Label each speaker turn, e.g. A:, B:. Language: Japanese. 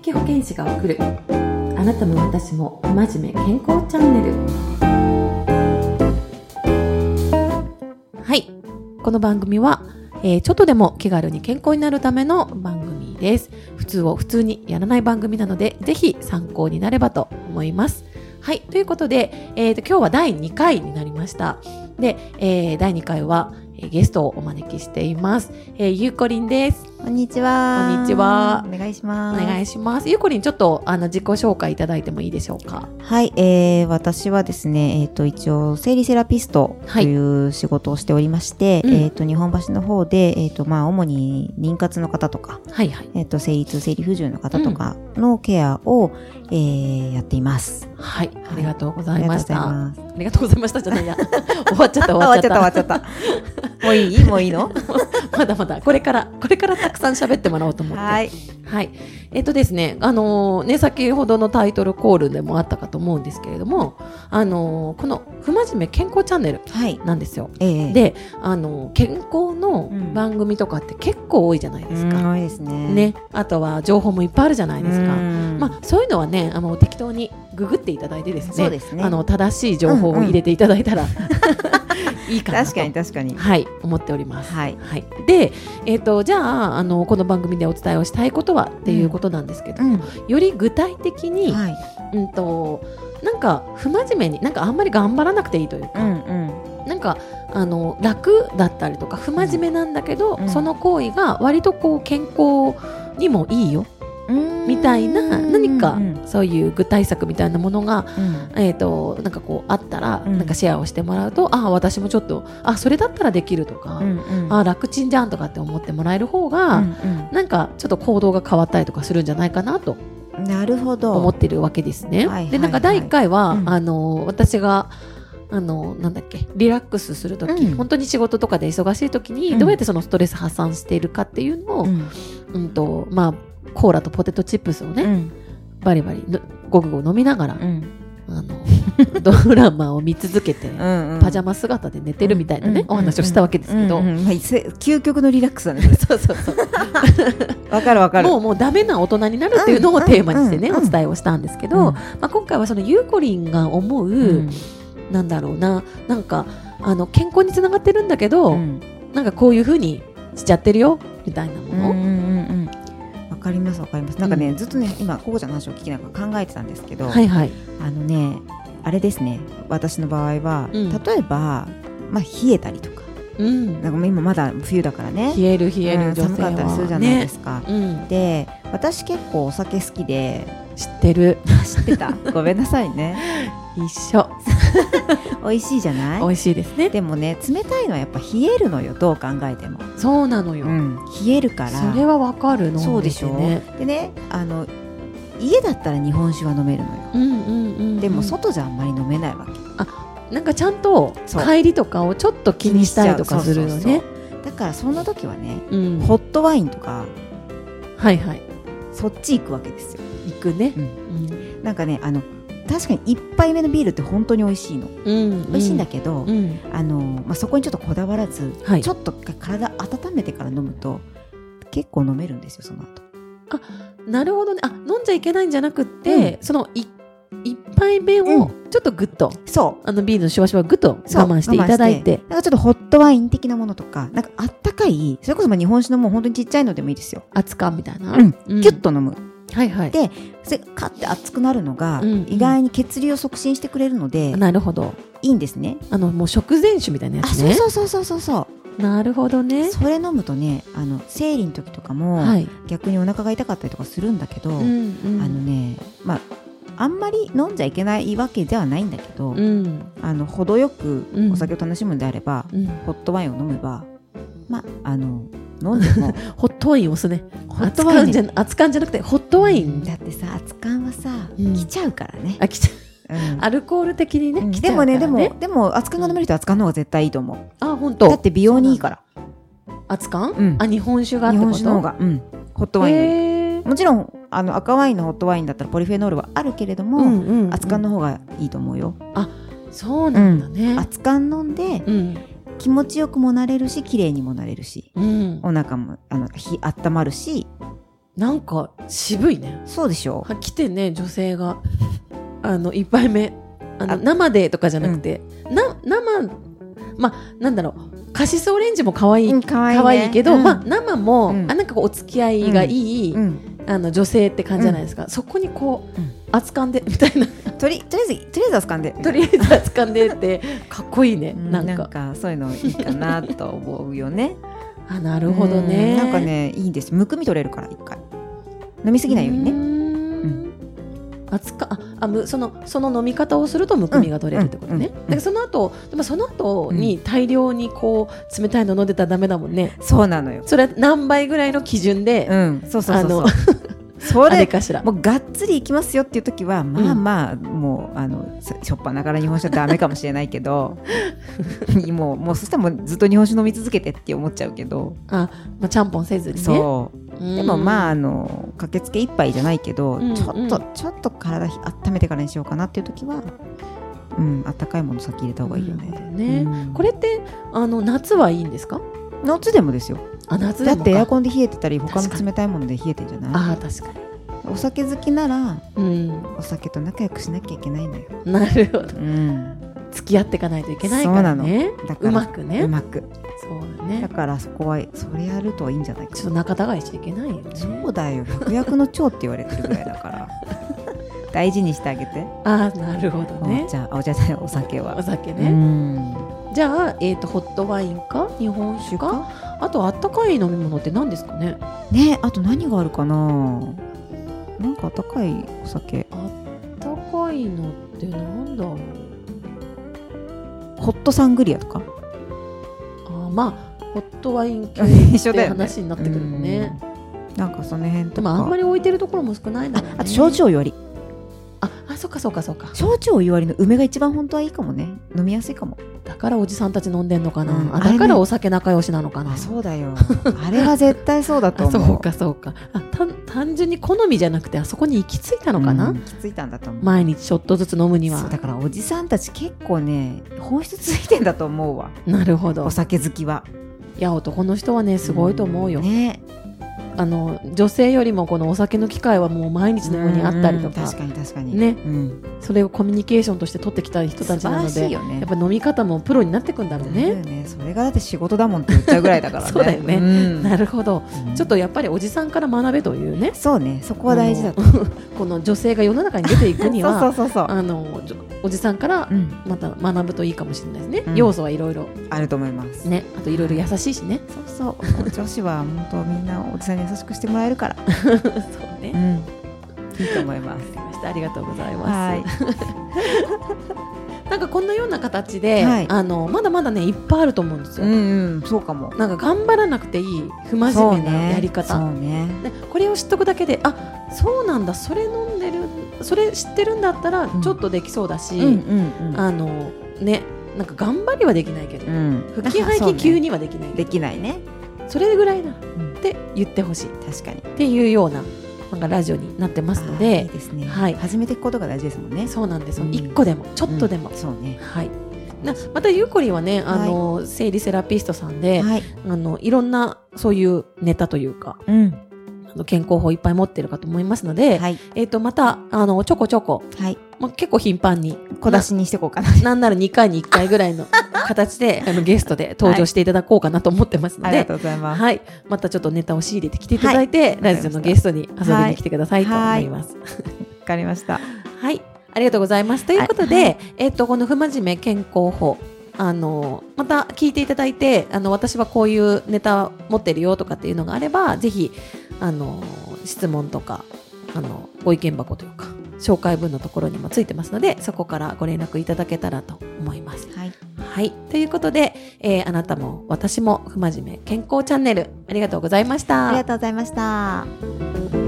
A: 的保健師が送るあなたも私もお真面目健康チャンネルはいこの番組は、えーちょっとでも気軽に健康になるための番組です普通を普通にやらない番組なのでぜひ参考になればと思いますはいということで、えー、と今日は第2回になりましたで、えー第2回はえーゲストをお招きしています、えーゆうこりんです
B: こんにちは。
A: こんにちは
B: お願いし
A: お
B: ます。
A: 願いします。ゆうこりん、ちょっとあの自己紹介いただいてもいいでしょうか。
B: はい、えー、私はですね、えっ、と、一応、生理セラピスト
A: は
B: と
A: い
B: いう仕事をしておりまして、
A: うん
B: えっ、と、日本橋の方で、えっ、と、まあ、主に妊活の方とか、
A: はいはい。
B: えっ、と、生理痛、生理不自由の方とかのケアを、えー、やっています。
A: はい。ありがとうご
B: あ
A: ざいました。あ
B: りがとうございます。
A: りがとうございました。じゃないや。 終わっちゃった、終
B: 終
A: わ
B: わ
A: っ
B: っ
A: ち
B: ち
A: ゃ
B: ゃ
A: っ。
B: ったた、 終わっちゃった。 もういいもういいの
A: まだまだ、これから、これからたくさん喋ってもらおうと思って。はい。
B: い。
A: えっ、とですね、あのーね、先ほどのタイトルコールでもあったかと思うんですけれども、あのーこの、不真面目健康チャンネル
B: はい。
A: なんですよ。
B: えー、
A: で、あのー健康の番組とかって結構多いじゃないで
B: う
A: す
B: ん、
A: か。
B: 多いですね。
A: ね。あとは、情報もいっぱいあるじゃな
B: う
A: い
B: ん。
A: ですか。
B: ま
A: まあ、そういうのはねあの適当にググっていただいてですね
B: そうですね
A: あの正しい情報を入れていただい たら、いいかなと
B: 確かに確かに。
A: はい、思っております。
B: はい。
A: はい、で、えー、とじゃああのこの番組でお伝えをしたいことはっていうことなんですけど、
B: ん。
A: より具体的に、
B: はい。
A: うん、となんか不真面目になんかあんまり頑張らなくていいという
B: う
A: か、
B: んうん。
A: なんかあの楽だったりとか不真面目なんだけど、
B: うん
A: その行為が割とこう健康にもいいよみたいな何か
B: うん
A: そういう具体策みたいなものが、
B: うん
A: えー、となんかこうあったら、
B: うん
A: なんかシェアをしてもらうとああ私もちょっとあそれだったらできるとか、
B: うんうん
A: ああ楽ちんじゃんとかって思ってもらえる方が、
B: うん
A: なんかちょっと行動が変わったりとかするんじゃないかなと
B: うんなるほど
A: 思ってるわけですね。
B: はいはい
A: でなんか第1回は、
B: うん
A: あの私があのなんだっけリラックスする時、
B: うん
A: 本当に仕事とかで忙しい時に、
B: うん
A: どうやってそのストレス発散しているかっていうのを、う
B: うんん
A: とまあ、コーラとポテトチップスをね、
B: うん
A: バリバリのごぐご飲みながら、
B: うん
A: あの ドラマを見続けて、
B: うんうん
A: パジャマ姿で寝てるみたいなね、
B: うんうん
A: お話をしたわけですけど、
B: うんうんまあいせ究極のリラックスだねそれ
A: そうそうそう
B: わかるわかる
A: もうもうダメな大人になるっていうのをテーマにしてね、
B: うんうんうん
A: お伝えをしたんですけど、まあ、今回はそのゆうこりんが思う、
B: うん
A: なんだろうななんかあの健康につながってるんだけど、
B: うん
A: なんかこういうふうにしちゃってるよみたいなも
B: うんうんう
A: の、
B: んわかりますわかりますなんかねずっとね今ここちゃんの話を聞きながら考えてたんですけど
A: はいはい、
B: あのねあれですね私の場合は
A: うん
B: 例えばまあ冷えたりとか
A: うん、
B: なんか今まだ冬だからね
A: 冷える冷え
B: う
A: る女
B: ん
A: 性は、
B: 寒かったりするじゃないですか
A: ねうん、
B: で私結構お酒好きで
A: 知ってる
B: 知ってたごめんなさい ね
A: 一緒
B: 美味しいじゃな
A: 美
B: い
A: 味しいですね
B: でもね冷たいのはやっぱ冷えるのよどう考えても、
A: そうなのよ、
B: うん、冷えるから
A: それはわかるの
B: そうでしょ、
A: ね、
B: でねあの家だったら日本酒は飲めるのよ
A: うんうんうんうん
B: でも外じゃあんまり飲めないわけ
A: なんかちゃんと
B: そう
A: 帰りとかをちょっと気にしたりとかするよ
B: 気にしちゃう
A: ね
B: そうそうそうだからそんな時はね
A: うん
B: ホットワインとか
A: はいはい
B: そっち行くわけですよ
A: 行くね
B: う
A: うん
B: なんかねあの確かに1杯目のビールって本当に美味しいの
A: うん
B: 美味しいんだ
A: け
B: けど、
A: うん
B: あのまあ、そこにちょっとこだわらず
A: はい
B: ちょっと体温めてから飲むと結構飲めるんですよその後
A: なるほどねあ飲んじゃいけないんじゃなくって、そのい一杯目
B: う
A: をちょっとグッと、
B: そう
A: あのビールのシュワシュワグッと我
B: そう
A: 慢していただいて
B: なんかちょっとホットワイン的なものとかなんかあったかいそれこそまあ日本酒のもう本当にちっちゃいのでもいいですよ、
A: 熱感みたいな、
B: うん
A: ん
B: キュッと飲む
A: はいはい
B: でそれカッて熱くなるのが
A: うん
B: 意外に血流を促進してくれるので
A: なるほど
B: いいんですね
A: あのもう食前酒みたいなや
B: あ
A: つ
B: そう
A: ね
B: そうそうそうそうそ
A: なるほどね
B: うそれ飲むとねあの生理の時とかも
A: はい、
B: 逆にお腹が痛かったりとかするんだけど、
A: んう
B: あのねまああんまり飲んじゃいけないわけではないんだけど、
A: うん
B: あの程よく
A: うん
B: お酒を楽しむんであれば、
A: うん
B: ホットワインを飲めばまあの飲んでも
A: ホットワインを押すね
B: ホッ
A: 熱
B: トワイン
A: 燗じゃ熱燗じゃなくてホッ トワイン
B: だってさ熱燗はさ、
A: うん
B: 来ちゃうからね、
A: あきちゃ
B: うん
A: アルコール的にね、
B: うん
A: 来ち
B: で
A: ゃうか
B: も
A: らね
B: ねでもでも熱燗が飲める人は熱燗の方が絶対いいと思う
A: あ本
B: だっ
A: 当
B: て美容にいいから
A: 熱燗、
B: うん
A: あ日本酒がっ
B: 日
A: てこと
B: 本酒の方が、うん、ホットワインより
A: へー
B: もちろんあの赤ワインのホットワインだったらポリフェノールはあるけれども、
A: うんうんうん
B: 熱燗の方がいいと思うよ、
A: そうなんだね、
B: 熱燗飲んで
A: うん
B: 気持ちよくもなれるし綺麗にもなれるし
A: うん
B: お腹もあのひ温まるし
A: なんか渋いね
B: そうでしょ
A: は来てね女性があの一杯目あの
B: あ
A: 生でとかじゃなくて、な生まあなんだろうカシスオレンジも可愛い、
B: うん可愛いね
A: 可愛いけど、
B: うん
A: まあ生も、
B: うん
A: あなんかこうお付き合いがいい、
B: うん、
A: あの女性って感じじゃないですか、そこにこう、
B: うん
A: 扱んで みたいな
B: とりとりあえずとりあえずは掴んで
A: とりあえず扱んでってかっこいいね、
B: うん
A: な
B: なんん
A: か
B: かそういうのいいかなと思うよね
A: あなるほどね、
B: うんなんかねいいですむくみ取れるから一回飲みすぎないように
A: うー
B: ね
A: ん
B: う
A: 扱ああむそのその飲み方をするとむくみが取れるってことね、
B: うんうんうん
A: だからその後でもその後に大量にこう冷たいの飲んでたらダメだもんね
B: そうなのよ
A: それは何倍ぐらいの基準で、
B: うんそうそうそうそう
A: あの
B: そ
A: あれ
B: れ
A: かしら
B: もうがっつりいきますよっていう時はまあまあ、もうあのししょっぱなから日本酒はダメかもしれない けどもうもうそしたらもうずっと日本酒飲み続けてって思っちゃうけど、
A: あ、まあ、ちゃんぽんせずにね
B: そうでもまあ
A: あ
B: あの駆けつけ一杯じゃないけど、
A: うん
B: ちょっ
A: う
B: とちょっと体ひ温めてからにしようかなっていう時はうんあったかいもの先入れた方がいいよね。
A: ね、
B: うん
A: これってあの夏はいいんですか
B: 夏でもですよ
A: あ夏で
B: だ
A: もか
B: ってエアコンで冷えてたり他
A: 確か
B: の
A: に
B: 冷たいもので冷えてんじゃない
A: あー確か
B: お酒好きなら
A: にうん
B: お酒と仲良くしなきゃいけないのよ。
A: なるほど
B: うん、
A: 付き合っていかないといけないからね
B: だから
A: うまくね
B: うまく
A: そうだね
B: だからそこはそれやるといいんじゃないか
A: ちょっと仲違いしちゃいけないよね
B: そうだよ爆薬の長って言われてるぐらいだから 大事にしてあげて
A: ああなるほどね
B: お茶あお茶じゃないお酒は
A: お酒
B: う
A: ね、
B: ん
A: じゃあ、えー、とホットワインか日本酒かあとあったかい飲み物って何ですかね
B: ねあと何があるかななんか温かいお酒
A: あったかいのってなんだろう
B: ホットサングリアとか
A: あーまあホットワイン系
B: 一
A: っ
B: 緒だ
A: て
B: よね
A: 話になってくるのね
B: うんなんかその辺とか
A: でもあんまり置いてるところも少ないな、
B: あ
A: ね、
B: あと焼酎お湯割り
A: ああそっかそっかそっか
B: 焼酎お湯割りの梅が一番本当はいいかもね飲みやすいかも
A: だからおじさんたち飲んでんのかな、
B: うん
A: あ
B: あれ
A: だ
B: ね
A: からお酒仲良しなのかな、
B: あそうだよあれは絶対そうだ と
A: あ
B: 思う
A: そうかそうかあた単純に好みじゃなくてあそこに行き着いたのかな、
B: うんきついたんだと思う
A: 毎日ちょっとずつ飲むに
B: そう
A: は
B: だからおじさんたち結構ね本質ついてんだと思うわ
A: なるほど
B: お酒好きはい
A: や男の人はねすごいと思うよ、
B: ね
A: あの女性よりもこのお酒の機会はもう毎日のようにあったりと
B: うん
A: か,、
B: 確かに確かに
A: ね
B: うん、
A: それをコミュニケーションとして取ってきた人
B: 素
A: たち
B: 晴
A: な
B: ら
A: の
B: し
A: で、
B: い
A: や
B: よね
A: っぱ飲み方もプロになってくんだろう
B: だよ
A: ね。
B: ねそれがだって仕事だもんって言っちゃうぐらいだからね
A: そうだよね
B: ん
A: なるほど、
B: うん
A: ちょっとやっぱりおじさんから学べというね
B: そうねそこは大事だと
A: この女性が世の中に出ていくには
B: そうそうそうそう
A: あのじょおじさんから
B: うん
A: また学ぶといいかもしれないですね、
B: うん
A: 要素はいろいろ
B: あると思います
A: ねあといろいろ優しいしね
B: そうそう女子は本当みんなおじさんに優しくしてもらえるから
A: そうね、
B: うんいいと思い ます
A: わかりましたありがとうございます。
B: はい
A: なんかこんなような形で、
B: はい
A: あのまだまだねいっぱいあると思うんです
B: う
A: よ。
B: んうんそうかも
A: なんか頑張らなくていい不真面目なやり方、
B: そうね
A: でこれを知っとくだけであそうなんだそれ飲んでるそれ知ってるんだったら
B: うん
A: ちょっとできそうだし、
B: そうねうんうん
A: あのねなんか頑張りはできないけど、
B: うんうん
A: 腹筋背
B: そう
A: 筋
B: ね
A: 急にはできないけ
B: で
A: ど
B: きないね
A: それぐらいなっ
B: ん
A: て言ってほしいっ
B: 確かに
A: ていうようななんかラジオになってますので
B: あーいいですね、
A: はい
B: 始めていくことが大事ですもんね
A: そうなんですよ、
B: うん
A: 一個でもちょっとでも、
B: うんそうね
A: はいなまたゆうこりんはねあの、生理セラピストさんで、
B: はい、
A: あのいろんなそういうネタというか
B: うん、
A: あの健康法いっぱい持ってるかと思いますので、
B: はい
A: えっ、と、また、あの、ちょこちょこ、
B: はい
A: まあ、結構頻繁に、
B: 小出しにしていこうかな
A: ななんなら2回に1回ぐらいの形で、あの、ゲストで登場していただこうかなと思ってますの
B: ありが
A: で、
B: とうございます
A: はい。またちょっとネタを仕入れてきていただいて、ラジオのゲストに遊びに来てくださいと思います。
B: わかりました
A: はい。ありがとうございます。ということで、
B: は
A: えっと、この不真面目健康法。あの、また聞いていただいて、あの、私はこういうネタ持ってるよとかっていうのがあれば、ぜひ、あの、質問とか、あの、ご意見箱というか、紹介文のところにもついてますので、そこからご連絡いただけたらと思います。
B: はい
A: はい。ということで、えーあなたも私も不真面目健康チャンネル、ありがとうございました。
B: ありがとうございました。